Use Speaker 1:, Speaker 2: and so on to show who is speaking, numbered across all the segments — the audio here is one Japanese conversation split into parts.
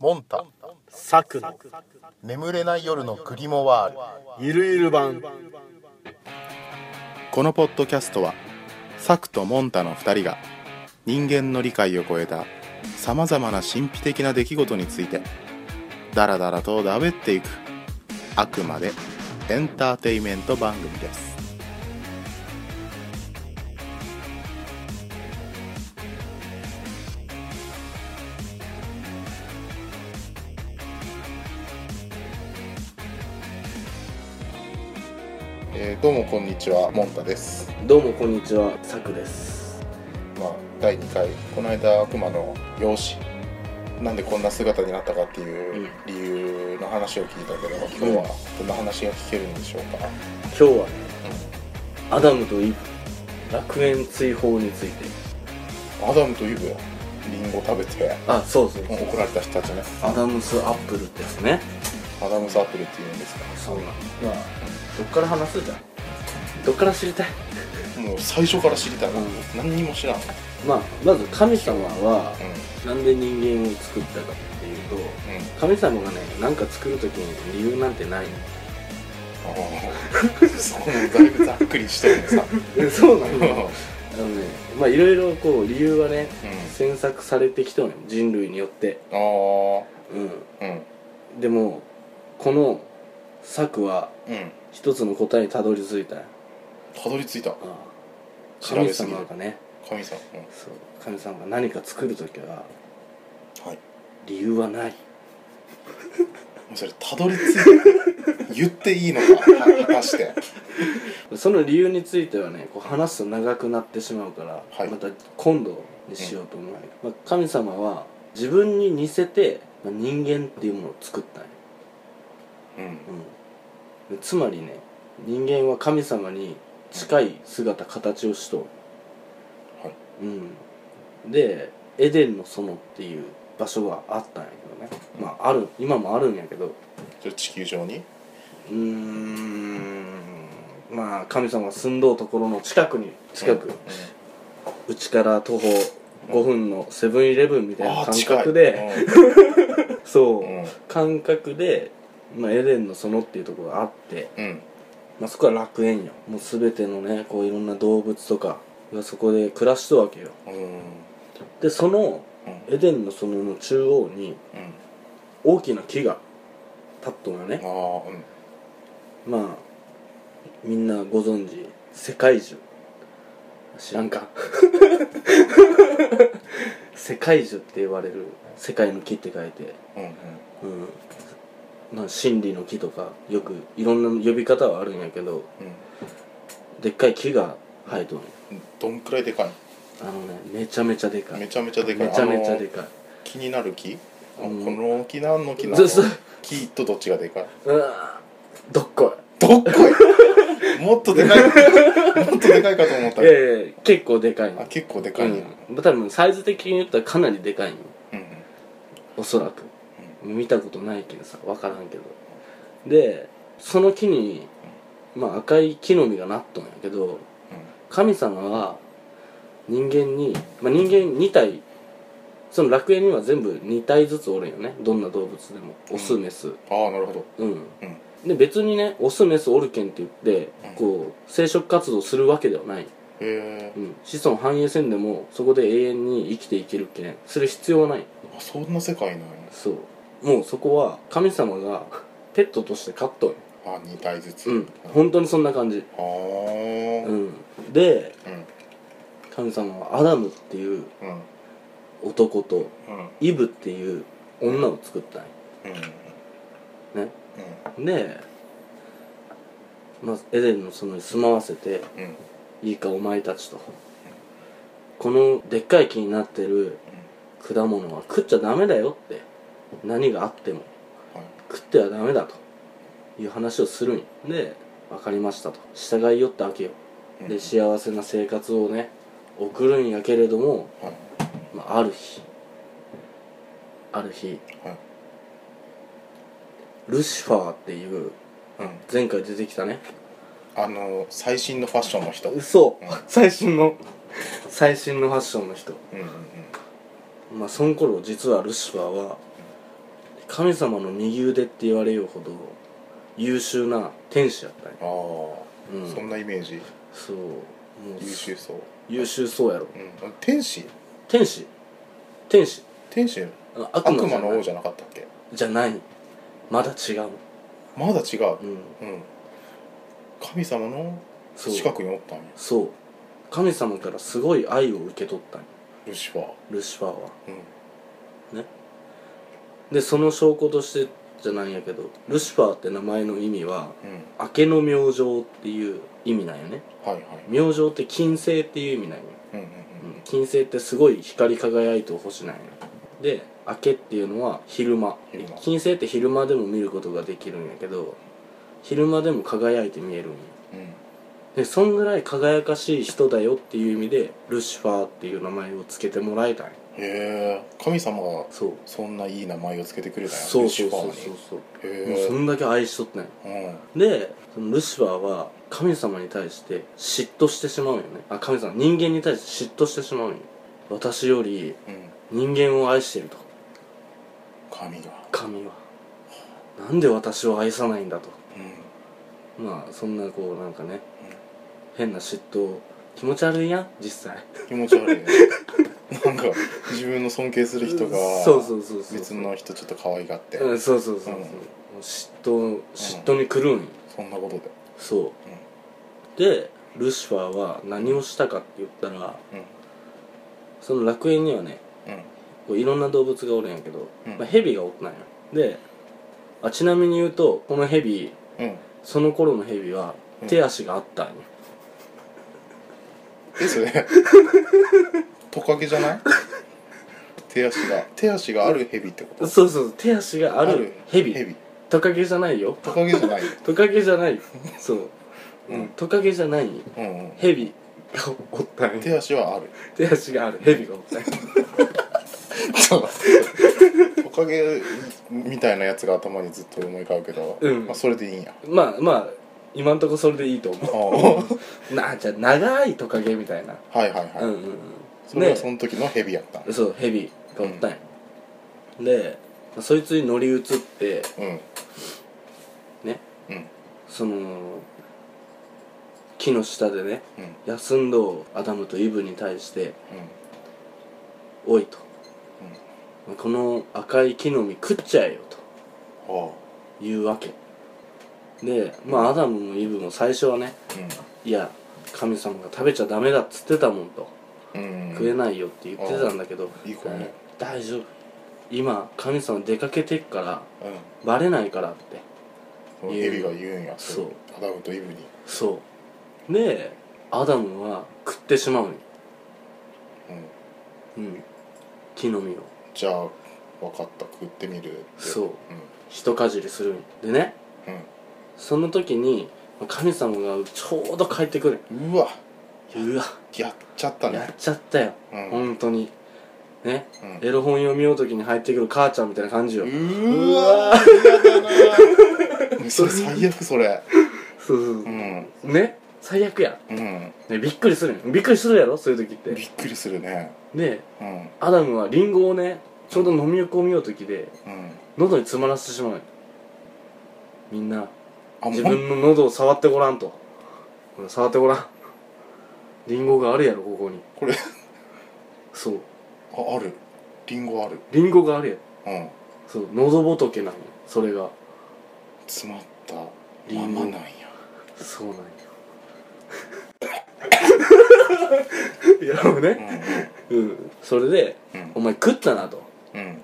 Speaker 1: モンタ
Speaker 2: サクの
Speaker 1: 眠れない夜のグリモワール
Speaker 2: ゆるゆる版
Speaker 3: このポッドキャストはサクとモンタの2人が人間の理解を超えたさまざまな神秘的な出来事についてダラダラとだべっていくあくまでエンターテイメント番組ですえーどうもこんにちはモンタです
Speaker 2: どうもこんにちはサクです
Speaker 3: まあ第2回この間悪魔の容姿なんでこんな姿になったかっていう理由の話を聞いたけど、今日はどんな話が聞けるんでしょうか、
Speaker 2: 今日はねアダムとイブ楽園追放について
Speaker 3: アダムとイブよリンゴ食べて
Speaker 2: あそうそうそう
Speaker 3: 怒られた人たちね
Speaker 2: アダムスアップルですね
Speaker 3: アダムスアップルっていうんですか
Speaker 2: そうなんまあどっから話すじゃんどっから知りたい
Speaker 3: もう最初から知りたいな、
Speaker 2: うん
Speaker 3: 何にも知らん、うん
Speaker 2: まあまず神様はなんで人間を作ったかっていうと
Speaker 3: うん、
Speaker 2: 神様がね何か作る時に理由なんてない
Speaker 3: ああそこもだいぶざっくりしてるねさ
Speaker 2: えそうな
Speaker 3: うん
Speaker 2: の あのねまあいろいろこう理由はね
Speaker 3: うん
Speaker 2: 詮索されてきたのよ人類によって
Speaker 3: ああ
Speaker 2: う
Speaker 3: うん
Speaker 2: んでもこの策は
Speaker 3: うん
Speaker 2: 一つの答えにたどり着いたよ
Speaker 3: たどり着いた調
Speaker 2: 神
Speaker 3: べすぎ
Speaker 2: 様
Speaker 3: る
Speaker 2: がね
Speaker 3: 神様、うん、
Speaker 2: そう神様が何か作る時は
Speaker 3: はい
Speaker 2: 理由はない
Speaker 3: もうそれたどり着いた言っていいのかは果たして
Speaker 2: その理由についてはねこう話すと長くなってしまうから、
Speaker 3: はい
Speaker 2: また今度にしようと思う、まあ、神様は自分に似せてまあ人間っていうものを作ったんよ
Speaker 3: うん
Speaker 2: うん、つまりね人間は神様に近い姿形をしと
Speaker 3: はい
Speaker 2: る、うん、でエデンの園っていう場所があったんやけどねまあある今もあるんやけど
Speaker 3: それ地球上に
Speaker 2: うーんまあ神様が住んどうところの近くに近く、うちから徒歩5分のセブンイレブンみたい
Speaker 3: あ
Speaker 2: な
Speaker 3: あ
Speaker 2: 感
Speaker 3: 近い
Speaker 2: 覚で、そう、
Speaker 3: うんうん
Speaker 2: 感覚で、まあ、エデンの園っていうところがあって
Speaker 3: うん
Speaker 2: まあ、そこは楽園よもう全てのねこういろんな動物とかがそこで暮らしとるわけよ
Speaker 3: うん
Speaker 2: でその
Speaker 3: うん
Speaker 2: エデンの園の中央に
Speaker 3: うん
Speaker 2: 大きな木が立っとるよ
Speaker 3: あ
Speaker 2: ね
Speaker 3: あうん
Speaker 2: まあみんなご存知世界樹知らんか 世界樹って言われる世界の木って書いて
Speaker 3: うんうん
Speaker 2: うんまあ真理の木とかよくいろんな呼び方はあるんやけどでっかい木が生えとるんよ
Speaker 3: うんどんくらいでかい
Speaker 2: あのねめちゃめちゃでかい
Speaker 3: めちゃめちゃでかい
Speaker 2: めちゃめちゃで
Speaker 3: い
Speaker 2: かい
Speaker 3: 気になる木あこ
Speaker 2: うん
Speaker 3: の木何の木な
Speaker 2: そ
Speaker 3: の
Speaker 2: うそう
Speaker 3: 木とどっちがでかいう
Speaker 2: わーどっこ
Speaker 3: どっこいもっとでかいもっとでかいかと思っ
Speaker 2: い
Speaker 3: た
Speaker 2: いやいやいや結構でかい
Speaker 3: あ
Speaker 2: の
Speaker 3: 結構でか
Speaker 2: う
Speaker 3: いね
Speaker 2: ん多分サイズ的に言ったらかなりでかいの
Speaker 3: うんうん
Speaker 2: おそらく見たことないけどさ分からんけどでその木に、まあ、赤い木の実がなっとんやけど神様は人間に、まあ、人間2体その楽園には全部2体ずつおるんよねどんな動物でもオス
Speaker 3: うん
Speaker 2: メス
Speaker 3: ああなるほど
Speaker 2: うん、
Speaker 3: うん
Speaker 2: で別にねオスメスオルケンって言って、
Speaker 3: うん
Speaker 2: こう生殖活動するわけではない、
Speaker 3: へえ
Speaker 2: うん、子孫繁栄せんでもそこで永遠に生きていけるけんする必要はない
Speaker 3: あそんな世界なんや
Speaker 2: そうもうそこは神様がペットとして飼っとる
Speaker 3: あ二体ずつ
Speaker 2: うん本当にそんな感じ、
Speaker 3: あー
Speaker 2: うん、で
Speaker 3: うん
Speaker 2: 神様はアダムっていう
Speaker 3: うん
Speaker 2: 男と
Speaker 3: うん
Speaker 2: イブっていう女を作ったんよ
Speaker 3: うん
Speaker 2: ねで、まあ、エデンの園に住まわせて
Speaker 3: うんうん
Speaker 2: いいかお前たちとこのでっかい木になってる果物は食っちゃダメだよって何があっても
Speaker 3: はい
Speaker 2: 食ってはダメだという話をするんよで分かりましたと従いよったわけよ
Speaker 3: うん
Speaker 2: で幸せな生活をね送るんやけれども、
Speaker 3: はい
Speaker 2: まあ、ある日ある日
Speaker 3: はい
Speaker 2: ルシファーっていう
Speaker 3: うん
Speaker 2: 前回出てきたね
Speaker 3: あの最新のファッションの人うん
Speaker 2: 嘘
Speaker 3: うん
Speaker 2: 最新の最新のファッションの人
Speaker 3: うんうん
Speaker 2: まあその頃実はルシファーは神様の右腕って言われようほど優秀な天使やったんや
Speaker 3: ああ、
Speaker 2: うん
Speaker 3: そんなイメージ
Speaker 2: そうもう
Speaker 3: 優秀そう、
Speaker 2: 優秀そうやろ
Speaker 3: うん、天使
Speaker 2: 天使天使
Speaker 3: 天使
Speaker 2: あ
Speaker 3: 悪
Speaker 2: 悪魔じゃな
Speaker 3: 魔
Speaker 2: い
Speaker 3: の王じゃなかったっけ
Speaker 2: じゃないまだ違う、
Speaker 3: まだ違う、
Speaker 2: うん、
Speaker 3: うん、神様の
Speaker 2: そう
Speaker 3: 近くにおったんや
Speaker 2: そう神様からすごい愛を受け取ったんよ
Speaker 3: ルシファー、
Speaker 2: ルシファーは
Speaker 3: うん、
Speaker 2: でその証拠としてじゃないんやけどルシファーって名前の意味は
Speaker 3: うん、
Speaker 2: 明けの明星っていう意味なんよね
Speaker 3: はいはい
Speaker 2: 明星って金星っていう意味なんよ、
Speaker 3: うんうん
Speaker 2: うん金星ってすごい光り輝いてる星なんよで明けっていうのは昼間
Speaker 3: 昼間
Speaker 2: 金星って昼間でも見ることができるんやけど昼間でも輝いて見えるんよ
Speaker 3: うんうん
Speaker 2: でそんぐらい輝かしい人だよっていう意味でルシファーっていう名前をつけてもらえたんよ
Speaker 3: へえ神様が
Speaker 2: そう
Speaker 3: そんないい名前をつけてくれたんや
Speaker 2: そう
Speaker 3: ルシ
Speaker 2: そう
Speaker 3: ファ
Speaker 2: そう
Speaker 3: ー
Speaker 2: そう
Speaker 3: に
Speaker 2: そうもう
Speaker 3: へ
Speaker 2: そんだけ愛しとったんよ
Speaker 3: えうん
Speaker 2: でそのルシファーは神様に対して嫉妬してしまうんよねあ神様人間に対して嫉妬してしまうんよ私より
Speaker 3: うん
Speaker 2: 人間を愛してると
Speaker 3: 神が
Speaker 2: 神はなんで私を愛さないんだと
Speaker 3: うん
Speaker 2: まあそんなこうなんかね、変な嫉妬気持ち悪いやん実際
Speaker 3: 気持ち悪いね なんか自分の尊敬する人が
Speaker 2: そうそうそうそう
Speaker 3: 別の人ちょっと可愛がって
Speaker 2: うんそうそうそうそう、
Speaker 3: うん
Speaker 2: もう嫉妬嫉妬に狂うんよ、
Speaker 3: そんなことで
Speaker 2: そう、でルシファーは何をしたかって言ったら
Speaker 3: う
Speaker 2: その楽園にはね
Speaker 3: んうん
Speaker 2: こういろんな動物がおるんやけど、
Speaker 3: うん
Speaker 2: まあ、ヘビがおったんやであちなみに言うとこのヘビ
Speaker 3: うん
Speaker 2: その頃のヘビは
Speaker 3: うん
Speaker 2: 手足があったんよ、
Speaker 3: えそれ トカゲじゃない手足が手足があるヘビってこと
Speaker 2: そうそうそう手足があるヘビ
Speaker 3: ヘビ
Speaker 2: トカゲじゃないよ
Speaker 3: トカゲじゃない
Speaker 2: トカゲじゃないそう、
Speaker 3: うん
Speaker 2: トカゲじゃない
Speaker 3: うんうん
Speaker 2: ヘビがおったんよ
Speaker 3: 手足はある
Speaker 2: 手足があるヘビがおったんよ
Speaker 3: ちょっと待ってトカゲみたいなやつが頭にずっと思い浮かぶけど、
Speaker 2: うん
Speaker 3: まあ、それでいいんや
Speaker 2: まあまあ今んとこそれでいいと
Speaker 3: あ
Speaker 2: 思
Speaker 3: あは
Speaker 2: うなじゃあ長いトカゲみたいな、
Speaker 3: いはいはい、
Speaker 2: うんうん
Speaker 3: そ
Speaker 2: うん
Speaker 3: れ
Speaker 2: ね
Speaker 3: がその時のヘビやったん
Speaker 2: そうヘビがおったんよ、でそいつに乗り移って
Speaker 3: うん
Speaker 2: ね
Speaker 3: うん
Speaker 2: その木の下でね
Speaker 3: うん
Speaker 2: 休んどうアダムとイブに対して
Speaker 3: うん
Speaker 2: 「おい」と「この赤い木の実食っちゃえよ」と
Speaker 3: あ
Speaker 2: いうわけでまあアダムもイブも最初はね
Speaker 3: あ
Speaker 2: 「いや神様が食べちゃダメだ」っつってたもんと
Speaker 3: うん、うん、
Speaker 2: 食えないよって言ってたんだけど、
Speaker 3: いい子ね
Speaker 2: 大丈夫今神様出かけてっから
Speaker 3: うん
Speaker 2: バレないからって
Speaker 3: そのヘビが言うんや
Speaker 2: そう
Speaker 3: アダムとイブに
Speaker 2: そうでアダムは食ってしまうに
Speaker 3: うん
Speaker 2: うん木の実を
Speaker 3: じゃあ分かった食ってみるって
Speaker 2: そう一かじりするんでね
Speaker 3: うん、
Speaker 2: その時に神様がちょうど帰ってくる
Speaker 3: うん、うわ
Speaker 2: うわ
Speaker 3: やっちゃった
Speaker 2: やっ
Speaker 3: ね
Speaker 2: ちゃったよ、
Speaker 3: うん
Speaker 2: 本当にね
Speaker 3: うん
Speaker 2: エロ本読みようときに入ってくる母ちゃんみたいな感じよ、
Speaker 3: う
Speaker 2: う
Speaker 3: ーわ
Speaker 2: わ
Speaker 3: 嫌だ なそれ最悪それ
Speaker 2: そうそう
Speaker 3: う
Speaker 2: そ
Speaker 3: ん
Speaker 2: うね最悪や、
Speaker 3: うん
Speaker 2: ね、びっくりするんよびっくりするやろそういう時って
Speaker 3: びっくりするね
Speaker 2: で
Speaker 3: うん
Speaker 2: アダムはリンゴをねちょうど飲み込みようときで
Speaker 3: うん
Speaker 2: 喉に詰まらせてしまうよみんな
Speaker 3: あ
Speaker 2: 自
Speaker 3: もう
Speaker 2: 分の喉を触ってごらんとほら触ってごらんリンゴがあるやろここに
Speaker 3: これ
Speaker 2: そう
Speaker 3: ああるリンゴある
Speaker 2: リンゴがあるやろ
Speaker 3: うん
Speaker 2: そう喉仏なのそれが
Speaker 3: 詰まった
Speaker 2: リ
Speaker 3: ま
Speaker 2: ンゴ
Speaker 3: まなんや
Speaker 2: そうなんよやろう
Speaker 3: う
Speaker 2: ね
Speaker 3: ん
Speaker 2: うんそれで
Speaker 3: うん
Speaker 2: お前食ったなと
Speaker 3: うん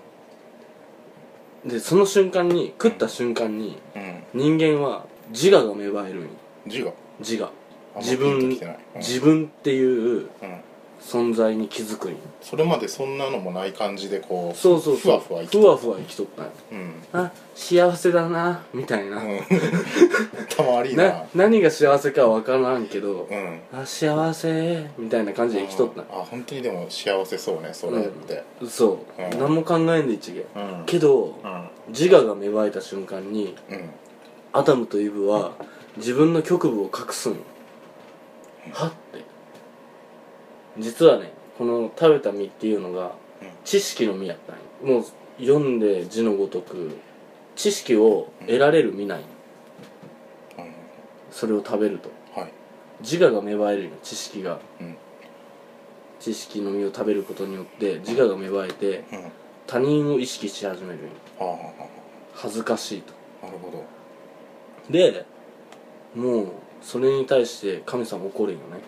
Speaker 2: でその瞬間に食った瞬間に
Speaker 3: うん
Speaker 2: 人間は自我が芽生えるんよ
Speaker 3: 字が
Speaker 2: 自我
Speaker 3: あんま
Speaker 2: 自
Speaker 3: ピンと
Speaker 2: 分
Speaker 3: きてないうん
Speaker 2: 自分っていう
Speaker 3: うん
Speaker 2: 存在に気づくんよ
Speaker 3: それまでそんなのもない感じでこう
Speaker 2: そうそうそう
Speaker 3: ふわふわ生きて
Speaker 2: ふわふわ生きとったんよ
Speaker 3: うん、
Speaker 2: あ幸せだなみたいな、
Speaker 3: うん、たまりいな
Speaker 2: な何が幸せかは分からんけど
Speaker 3: う、ん
Speaker 2: あ幸せみたいな感じで生きとったんよ
Speaker 3: あ本当にでも幸せそうねそれって
Speaker 2: そう、
Speaker 3: うん
Speaker 2: 何も考えんでいちげ
Speaker 3: うんうん
Speaker 2: けど、自我が芽生えた瞬間に
Speaker 3: うん
Speaker 2: アダムとイブは自分の局部を隠すんよはって実はねこの食べた実っていうの
Speaker 3: う
Speaker 2: が
Speaker 3: ん
Speaker 2: 知識の実やったんよもう読んで字のごとく知識を得られる未来
Speaker 3: うんうん
Speaker 2: それを食べると
Speaker 3: はい
Speaker 2: 自我が芽生えるよ知識が
Speaker 3: うん
Speaker 2: 知識の実を食べることによって自我が芽生えて
Speaker 3: うんは
Speaker 2: 他人を意識し始めるよ
Speaker 3: あはあは
Speaker 2: 恥ずかしいと
Speaker 3: あなるほど
Speaker 2: でもうそれに対して神様怒るんよね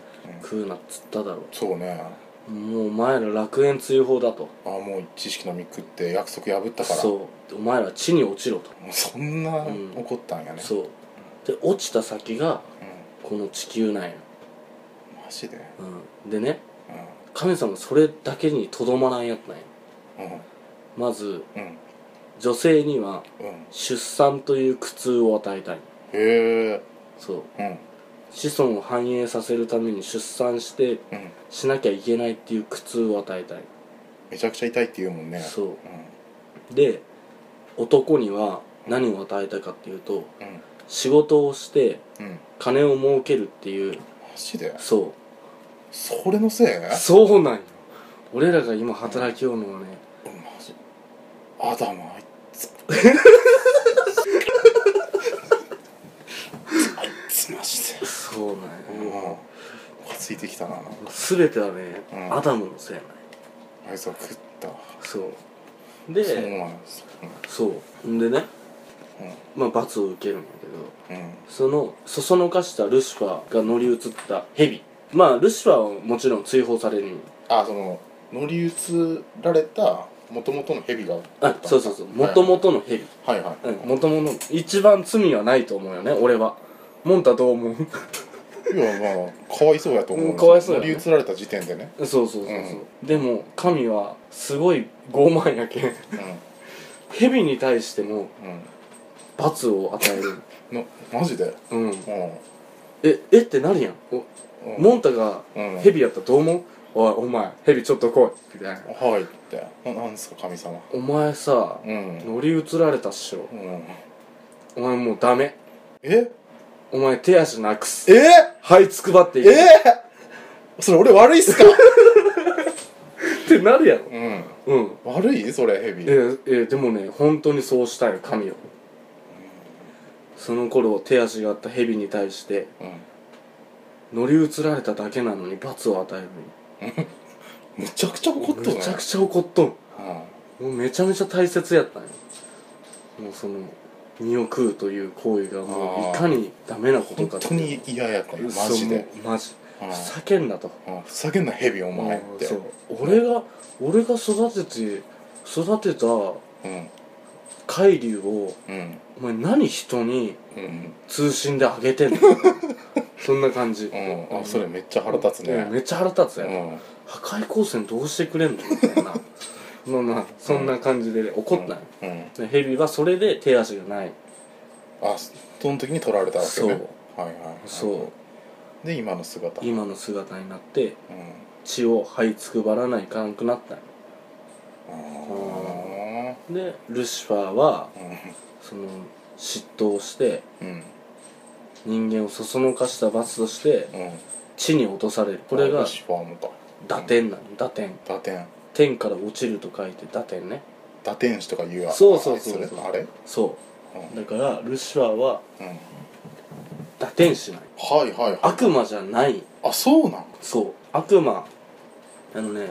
Speaker 2: 食うなっつっただろ
Speaker 3: そうね
Speaker 2: もうお前ら楽園追放だと
Speaker 3: ああもう知識のみ食って約束破ったから
Speaker 2: そうお前ら地に落ちろと
Speaker 3: もうそんな
Speaker 2: うん
Speaker 3: 怒ったんやね、う
Speaker 2: そうで落ちた先が
Speaker 3: ん、
Speaker 2: この地球なんや、
Speaker 3: マジで
Speaker 2: うん、でね
Speaker 3: う
Speaker 2: 神様それだけにとどまらんやったんや
Speaker 3: んうん
Speaker 2: まず
Speaker 3: うん
Speaker 2: 女性には
Speaker 3: うん
Speaker 2: 出産という苦痛を与えたい
Speaker 3: へえ
Speaker 2: そう
Speaker 3: うん
Speaker 2: 子孫を繁栄させるために出産して
Speaker 3: うん
Speaker 2: しなきゃいけないっていう苦痛を与えたい、
Speaker 3: めちゃくちゃ痛いって言うもんねう
Speaker 2: そ
Speaker 3: うん
Speaker 2: うで男には何を与えたかっていうと
Speaker 3: うん
Speaker 2: 仕事をして
Speaker 3: うん
Speaker 2: 金を儲けるっていう
Speaker 3: マジで
Speaker 2: そ
Speaker 3: それのせいう
Speaker 2: そうなんよ俺らが今働きようのはね
Speaker 3: うんマジアダムあいつあいつマジで
Speaker 2: そうなん
Speaker 3: うん
Speaker 2: よ、
Speaker 3: ムカついてきたな
Speaker 2: 全てはね、
Speaker 3: うん
Speaker 2: アダムのせいなんよ
Speaker 3: あいつは食ったそ
Speaker 2: そう
Speaker 3: う
Speaker 2: で
Speaker 3: なんです
Speaker 2: そうんでね
Speaker 3: うんうん
Speaker 2: まあ罰を受けるんだけど
Speaker 3: うん
Speaker 2: そのそそのかしたルシファーが乗り移った蛇まあルシファーはもちろん追放されるんよ
Speaker 3: あその乗り移られたもともとの蛇が
Speaker 2: あそうそうそうもともとの蛇
Speaker 3: はいはい、
Speaker 2: うんもともと一番罪はないと思うよね俺はモンタどう思う
Speaker 3: いやまあかわいそうやと思う、
Speaker 2: うんかわいそうや
Speaker 3: 乗
Speaker 2: ね
Speaker 3: り移られた時点でね、
Speaker 2: そうそうそうそう、でも神はすごい傲慢やけん
Speaker 3: う
Speaker 2: 蛇に対しても
Speaker 3: んうん
Speaker 2: 罰を与える
Speaker 3: のマジで
Speaker 2: うん
Speaker 3: う
Speaker 2: ええってなるやんお
Speaker 3: ん、うん、
Speaker 2: モンタが
Speaker 3: うん
Speaker 2: 蛇やったらどう思うおいお前蛇ちょっと来いみたいな
Speaker 3: はいってななんですか神様
Speaker 2: お前さ
Speaker 3: うん、
Speaker 2: 乗り移られたっしょ
Speaker 3: うん、
Speaker 2: お前もうダメ
Speaker 3: え
Speaker 2: お前手足なく
Speaker 3: え
Speaker 2: すはいつくばってい
Speaker 3: え
Speaker 2: いっ
Speaker 3: それ俺悪いっす か
Speaker 2: てなるやろ
Speaker 3: うん
Speaker 2: うん
Speaker 3: 悪いそれヘビ
Speaker 2: ええでもね本当にそうしたいよ神よその頃手足があった蛇に対して
Speaker 3: うん
Speaker 2: 乗り移られただけなのに罰を与える
Speaker 3: むちゃくちゃ怒っと
Speaker 2: の
Speaker 3: る
Speaker 2: め
Speaker 3: ね
Speaker 2: ちゃくちゃ怒っとんも
Speaker 3: うん
Speaker 2: うめちゃめちゃ大切やったんよもうその身を食うという行為が
Speaker 3: あー
Speaker 2: もういかにダメなことか
Speaker 3: 本
Speaker 2: って
Speaker 3: 当に嫌やったよマジで
Speaker 2: そうもうマジ
Speaker 3: うん
Speaker 2: ふざけんなと
Speaker 3: うんふざけんなヘビお前っ
Speaker 2: うん
Speaker 3: て
Speaker 2: そう俺が俺が育てて育てた
Speaker 3: うん
Speaker 2: 海流を
Speaker 3: うん
Speaker 2: お前何人に
Speaker 3: うん
Speaker 2: 通信であげてんの そんな感じ
Speaker 3: うんあそれめっちゃ腹立つ
Speaker 2: うん
Speaker 3: ね
Speaker 2: めっちゃ腹立つ
Speaker 3: う
Speaker 2: やん、
Speaker 3: ん
Speaker 2: 破壊光線どうしてくれんのみ たいなまあまあそんな感じで怒ったんよ、
Speaker 3: うん
Speaker 2: でヘビはそれで手足がない
Speaker 3: あその時に取られたわけねはいはいはい
Speaker 2: そう
Speaker 3: で今の姿うん
Speaker 2: 今の姿になって血を這いつくばらないかんくなったんよ
Speaker 3: あー
Speaker 2: でルシファーはその嫉妬をして
Speaker 3: うん
Speaker 2: 人間をそそのかした罰として
Speaker 3: うんうん
Speaker 2: 地に落とされるこれが
Speaker 3: ルシファーもか
Speaker 2: 打点なの打点
Speaker 3: 打点
Speaker 2: 天から落ちると書いて打点ね
Speaker 3: 打天使とか言うや
Speaker 2: そうそうそう
Speaker 3: あいつあれ
Speaker 2: そ
Speaker 3: うん
Speaker 2: うだからルシファーは
Speaker 3: うん
Speaker 2: 打点しない
Speaker 3: はいはいはい
Speaker 2: 悪魔じゃない
Speaker 3: あそうなん
Speaker 2: そう悪魔あのね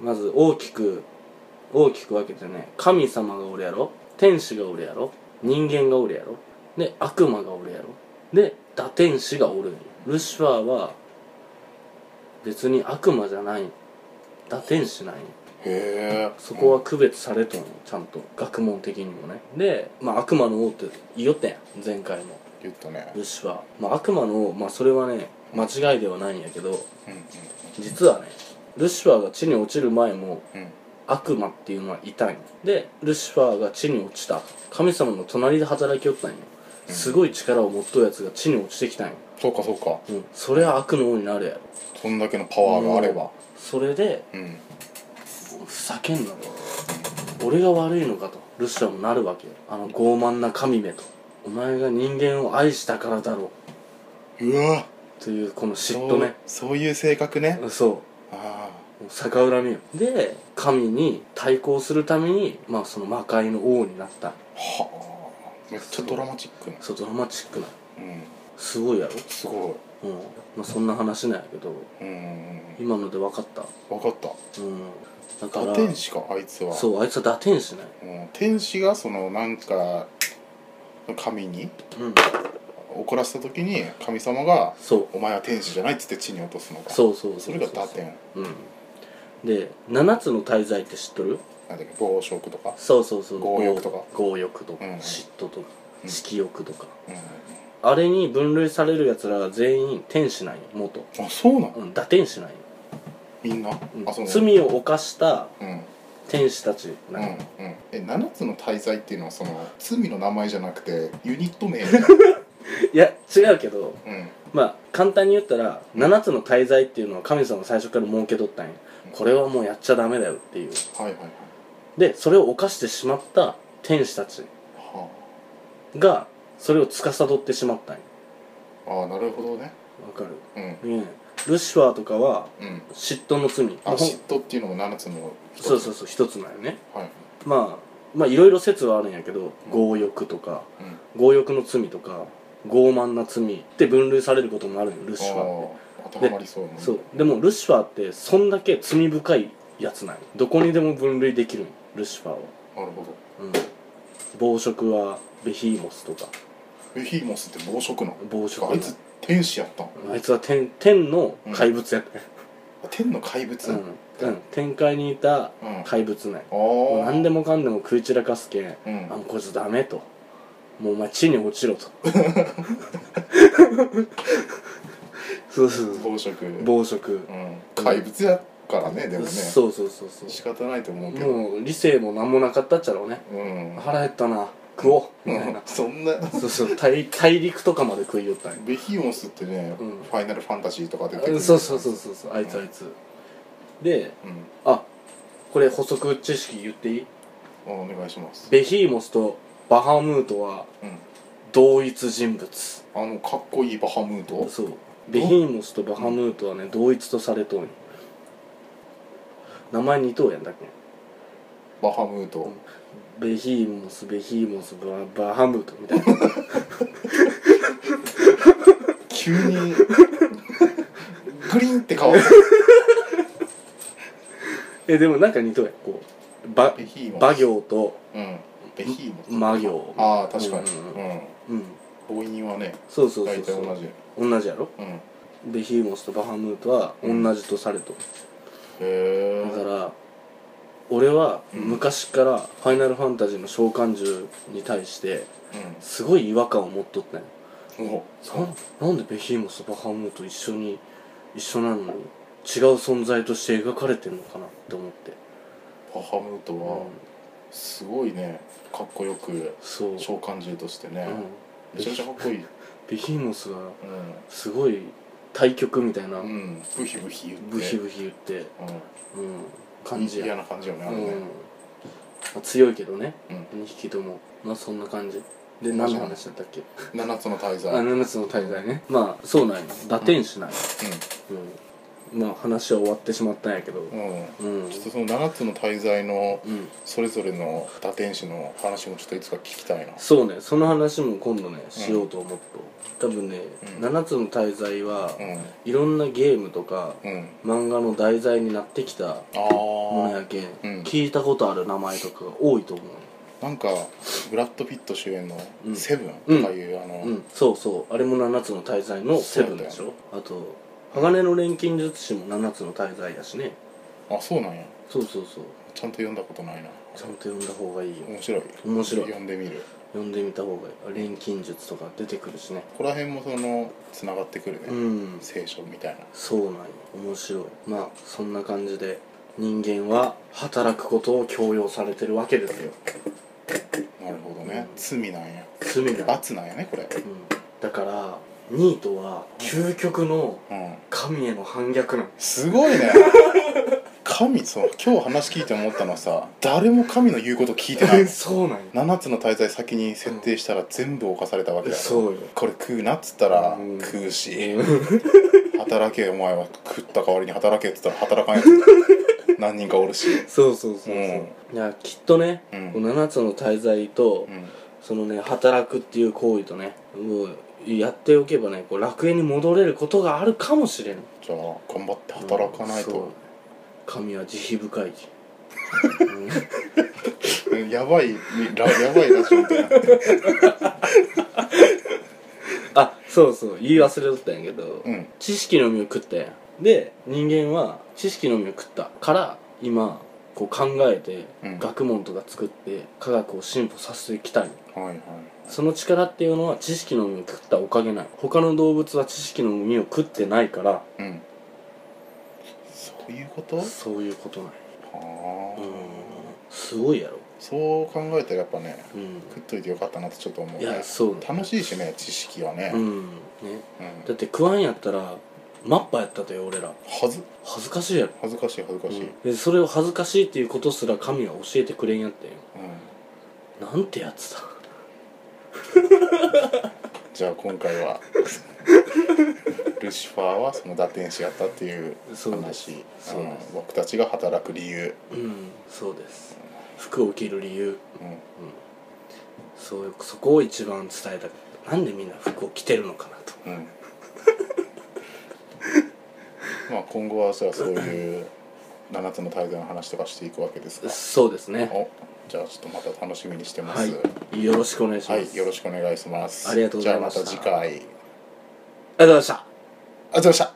Speaker 2: まず大きく大きく分けてね神様がおるやろ天使がおるやろ人間がおるやろで悪魔がおるやろで打天使がおるんよルシファーは別に悪魔じゃない打天使なんよ
Speaker 3: へえ
Speaker 2: そこは区別されとんよちゃんと学問的にもねで、まあ、悪魔の王って言いよったやん前回も
Speaker 3: 言ったね
Speaker 2: ルシファー、まあ、悪魔の王、まあ、それはね間違いではないんやけど
Speaker 3: うんうん
Speaker 2: 実はねルシファーが地に落ちる前も
Speaker 3: うん
Speaker 2: 悪魔っていうのはいたんよでルシファーが地に落ちた神様の隣で働きよったんよすごい力を持っとるやつが地に落ちてきたんよ、
Speaker 3: そうかそうか
Speaker 2: うん、それは悪の王になるやろ
Speaker 3: そんだけのパワーがあれば
Speaker 2: それで
Speaker 3: うん
Speaker 2: ふざけんなと俺が悪いのかとルシファーもなるわけよあの傲慢な神めとお前が人間を愛したからだろ
Speaker 3: うわ
Speaker 2: うというこの嫉
Speaker 3: そ
Speaker 2: 妬
Speaker 3: う
Speaker 2: ね
Speaker 3: そういう性格ね
Speaker 2: そ
Speaker 3: あ
Speaker 2: う逆恨みよで神に対抗するために、まあ、その魔界の王になった
Speaker 3: はあめっちゃドラマチックな
Speaker 2: そうドラマチックな
Speaker 3: うん
Speaker 2: すごいやろ、
Speaker 3: すご
Speaker 2: うんまあ、そんな話なんやけど
Speaker 3: いうん
Speaker 2: 今ので分かった
Speaker 3: 分かった
Speaker 2: うんだから
Speaker 3: 打天使かあいつは
Speaker 2: そうあいつは打天使ね
Speaker 3: うん天使がそのなんか神に
Speaker 2: うん
Speaker 3: 怒らせた時に神様が
Speaker 2: そう
Speaker 3: 「お前は天使じゃない」っつって地に落とすのか
Speaker 2: そうそうそう
Speaker 3: それが打天
Speaker 2: うんで7つの大罪って知っとる
Speaker 3: なんだっけ暴食とか
Speaker 2: そうそうそう
Speaker 3: 強欲とか
Speaker 2: 強欲とか、
Speaker 3: うん
Speaker 2: 嫉妬とか
Speaker 3: うん
Speaker 2: 色欲とか、
Speaker 3: うん
Speaker 2: あれに分類されるやつらが全員天使なんよ元、
Speaker 3: あそうなの
Speaker 2: うん、打天使なんよ、
Speaker 3: みんな
Speaker 2: うん
Speaker 3: あそうなの
Speaker 2: 罪を犯した
Speaker 3: うん
Speaker 2: 天使たち
Speaker 3: う
Speaker 2: なんん
Speaker 3: う
Speaker 2: よ、
Speaker 3: んえ7つの大罪っていうのはその罪の名前じゃなくてユニット 名
Speaker 2: いや違うけど
Speaker 3: うん
Speaker 2: まあ簡単に言ったら7つの大罪っていうのは神様最初から設けとったんよ
Speaker 3: うん
Speaker 2: これはもうやっちゃダメだよっていう
Speaker 3: はいはいはい
Speaker 2: でそれを犯してしまった天使たち
Speaker 3: は
Speaker 2: がそれを司ってしまったんよ
Speaker 3: ああーなるほどね
Speaker 2: わかる
Speaker 3: うん
Speaker 2: ねえルシファーとかは
Speaker 3: うん
Speaker 2: 嫉妬の罪
Speaker 3: あ
Speaker 2: まあほん
Speaker 3: 嫉妬っていうのも7つの一つ
Speaker 2: そうそうそう一つなんよね
Speaker 3: はい
Speaker 2: まあまあいろいろ説はあるんやけど強欲とか
Speaker 3: うん
Speaker 2: 強欲の罪とか傲慢な罪って分類されることもあるよルシファーって
Speaker 3: あー当てはまりそうな
Speaker 2: そうでもルシファーってそんだけ罪深いやつなんよどこにでも分類できるんよルシファーは
Speaker 3: なるほど
Speaker 2: うん暴食はベヒーモスとか
Speaker 3: ベヒーモスって暴食なの
Speaker 2: 暴食
Speaker 3: あいつ天使やったん
Speaker 2: あいつは天天の怪物やった
Speaker 3: 天の怪物、
Speaker 2: う
Speaker 3: あ
Speaker 2: ん、うん、天界にいた怪物なんよ
Speaker 3: あ
Speaker 2: もう
Speaker 3: ー
Speaker 2: 何でもかんでも食い散らかすけん、
Speaker 3: うん
Speaker 2: あもうこいつダメともうお前地に落ちろとそうそうそ
Speaker 3: 暴食
Speaker 2: う暴食、
Speaker 3: うん、怪物やからねでもね
Speaker 2: そうそうそう
Speaker 3: 仕
Speaker 2: そ
Speaker 3: 方ないと思
Speaker 2: う
Speaker 3: うけど
Speaker 2: もう理性も何もなかったっちゃろうね
Speaker 3: うん
Speaker 2: 腹減ったな食おうみたいな
Speaker 3: そんな
Speaker 2: そうそう大大陸とかまで食いよったんよ
Speaker 3: ベヒーモスってね、
Speaker 2: うん
Speaker 3: ファイナルファンタジーとか出てく
Speaker 2: う
Speaker 3: る
Speaker 2: んそうそうそうそうそうあいつあいつで
Speaker 3: うん
Speaker 2: あこれ補足知識言っていい
Speaker 3: お願いします
Speaker 2: ベヒーモスとバハムートは
Speaker 3: うん
Speaker 2: 同一人物
Speaker 3: あのかっこいいバハムート
Speaker 2: そうベヒーモスとバハムートはね同一とされとんよ名前2頭やんだっけ
Speaker 3: バハムート、
Speaker 2: ベヒーモスベヒーモスババハムートみたい な
Speaker 3: 急にグリーンって 変わった
Speaker 2: えでもなんか2頭やんこうバ
Speaker 3: ベヒーモス
Speaker 2: バ行と
Speaker 3: うんベヒーモス
Speaker 2: 魔行
Speaker 3: ああ確かに
Speaker 2: うん
Speaker 3: う、
Speaker 2: うんうん
Speaker 3: 母音はね
Speaker 2: そうそうそ
Speaker 3: 大
Speaker 2: う
Speaker 3: 体
Speaker 2: そう
Speaker 3: 同じ
Speaker 2: 同じやろ
Speaker 3: うんへ
Speaker 2: ベヒーモスとバハムートは同じとされとん
Speaker 3: え
Speaker 2: だから俺は昔から「ファイナルファンタジー」の召喚獣に対してすごい違和感を持っとったんよ
Speaker 3: うんお
Speaker 2: ななんでベヒーモスとバハムーと一緒に一緒なのに違う存在として描かれてるのかなって思って、
Speaker 3: バハムート
Speaker 2: う
Speaker 3: は
Speaker 2: ん
Speaker 3: すごいねかっこよく
Speaker 2: そう、うん、
Speaker 3: 召喚獣としてね、めちゃめちゃかっこいい
Speaker 2: ベヒーモスが
Speaker 3: うん、
Speaker 2: すごい対局みたいな、
Speaker 3: うん、ブヒブヒ言って
Speaker 2: ブヒブヒ言って、
Speaker 3: う
Speaker 2: うん、
Speaker 3: ん、
Speaker 2: 感じ
Speaker 3: 嫌
Speaker 2: や、
Speaker 3: な感じよね
Speaker 2: う
Speaker 3: あ
Speaker 2: ん
Speaker 3: れね、
Speaker 2: まあ強いけどね、
Speaker 3: うん
Speaker 2: 2匹ともまあそんな感じで何の話だったっけ
Speaker 3: 7つの大罪
Speaker 2: あ7つの大罪ねまあそうなんよ打天使なんよ、うんまあ話は終わってしまったんやけど
Speaker 3: うん、うん、
Speaker 2: うん
Speaker 3: ちょっとその7つの大罪の
Speaker 2: うん
Speaker 3: それぞれの打天使の話もちょっといつか聞きたいな
Speaker 2: そうねその話も今度ねしようと思っと、多分ね、
Speaker 3: うん
Speaker 2: 7つの大罪は、
Speaker 3: う
Speaker 2: いろんなゲームとか
Speaker 3: んうん
Speaker 2: 漫画の題材になってきた
Speaker 3: あ
Speaker 2: もの
Speaker 3: あ
Speaker 2: やけん、
Speaker 3: うん
Speaker 2: 聞いたことある名前とかが多いと思う
Speaker 3: なんかブラッド・ピット主演の
Speaker 2: う
Speaker 3: 「
Speaker 2: ん
Speaker 3: セブンとかいう、あの、
Speaker 2: うんそうそうあれも7つの大罪のセブンでし
Speaker 3: そ
Speaker 2: ょあと鋼の錬金術師も7つの大罪やしね
Speaker 3: あそうなんや
Speaker 2: そうそうそう
Speaker 3: ちゃんと読んだことないな
Speaker 2: ちゃんと読んだ方がいいよ
Speaker 3: 面白い
Speaker 2: 面白い
Speaker 3: 読んでみる
Speaker 2: 読んでみた方がいい錬金術とか出てくるしね
Speaker 3: ここら辺もそのつながってくるね、
Speaker 2: うん
Speaker 3: 聖書みたいな
Speaker 2: そうなんよ面白いまあそんな感じで人間は働くことを強要されてるわけですよ
Speaker 3: なるほどね、罪なんや
Speaker 2: 罪なの、
Speaker 3: 罰なんやねこれ
Speaker 2: うん、だからニートは究極の
Speaker 3: うん
Speaker 2: 神への反逆なの
Speaker 3: すごい ね神そう今日話聞いて思ったのはさ誰も神の言うこと聞いてない
Speaker 2: そうなんよ
Speaker 3: 7つの大罪先に設定したら全部犯されたわけだよ、
Speaker 2: そうよ
Speaker 3: これ食うなっつったら
Speaker 2: うん
Speaker 3: 食うし、働けお前は食った代わりに働けって言ったら働かんやつ何人かおるし
Speaker 2: そうそうそうそう、
Speaker 3: うん
Speaker 2: いやきっとね、
Speaker 3: うん
Speaker 2: この7つの滞在と、
Speaker 3: うん
Speaker 2: そのね働くっていう行為とねもうやっておけばねこう楽園に戻れることがあるかもしれない
Speaker 3: じゃあ頑張って働かない
Speaker 2: そう
Speaker 3: と、
Speaker 2: 神は慈悲深いうん
Speaker 3: うんやばいラやばいラジオみたいな
Speaker 2: あそうそう言い忘れとったんやけど、
Speaker 3: うん
Speaker 2: 知識の実を食ったやんで人間は知識の実を食ったから今こう考えて、
Speaker 3: うん
Speaker 2: 学問とか作って科学を進歩させてきたり
Speaker 3: はいはい
Speaker 2: その力っていうのは知識の実を食ったおかげない他の動物は知識の実を食ってないから
Speaker 3: うんそういうこと
Speaker 2: そういうことない
Speaker 3: ああ、
Speaker 2: うんすごいやろ
Speaker 3: そう考えたらやっぱね
Speaker 2: うん
Speaker 3: 食っといてよかったなってちょっと思う
Speaker 2: いや
Speaker 3: ね
Speaker 2: そうだ
Speaker 3: 楽しいしね知識はね、
Speaker 2: う
Speaker 3: うん
Speaker 2: んねだって食わんやったらマッパやったとよ俺ら
Speaker 3: はず
Speaker 2: 恥ずかしいやろ
Speaker 3: 恥ずかしい恥ずかしい、うん
Speaker 2: でそれを恥ずかしいっていうことすら神は教えてくれんやったよなんてやつだ
Speaker 3: じゃあ今回はルシファーはその堕天使やったっていう
Speaker 2: そうで
Speaker 3: 話
Speaker 2: すそう
Speaker 3: うん
Speaker 2: です
Speaker 3: 僕たちが働く理由、
Speaker 2: うんそうです服を着る理由
Speaker 3: うん
Speaker 2: そういうそこを一番伝えたかったなんでみんな服を着てるのかなと
Speaker 3: うん まあ今後はそらそういう7つの大罪の話とかしていくわけですが
Speaker 2: そうですね
Speaker 3: おじゃあちょっとまた楽しみにしてま
Speaker 2: は
Speaker 3: す
Speaker 2: いよろしくお願いしま
Speaker 3: は
Speaker 2: す、
Speaker 3: い、よろしくお願いします
Speaker 2: ありがとうございました
Speaker 3: じゃあまた次回ありがとう
Speaker 2: ありがとうございました
Speaker 3: ございました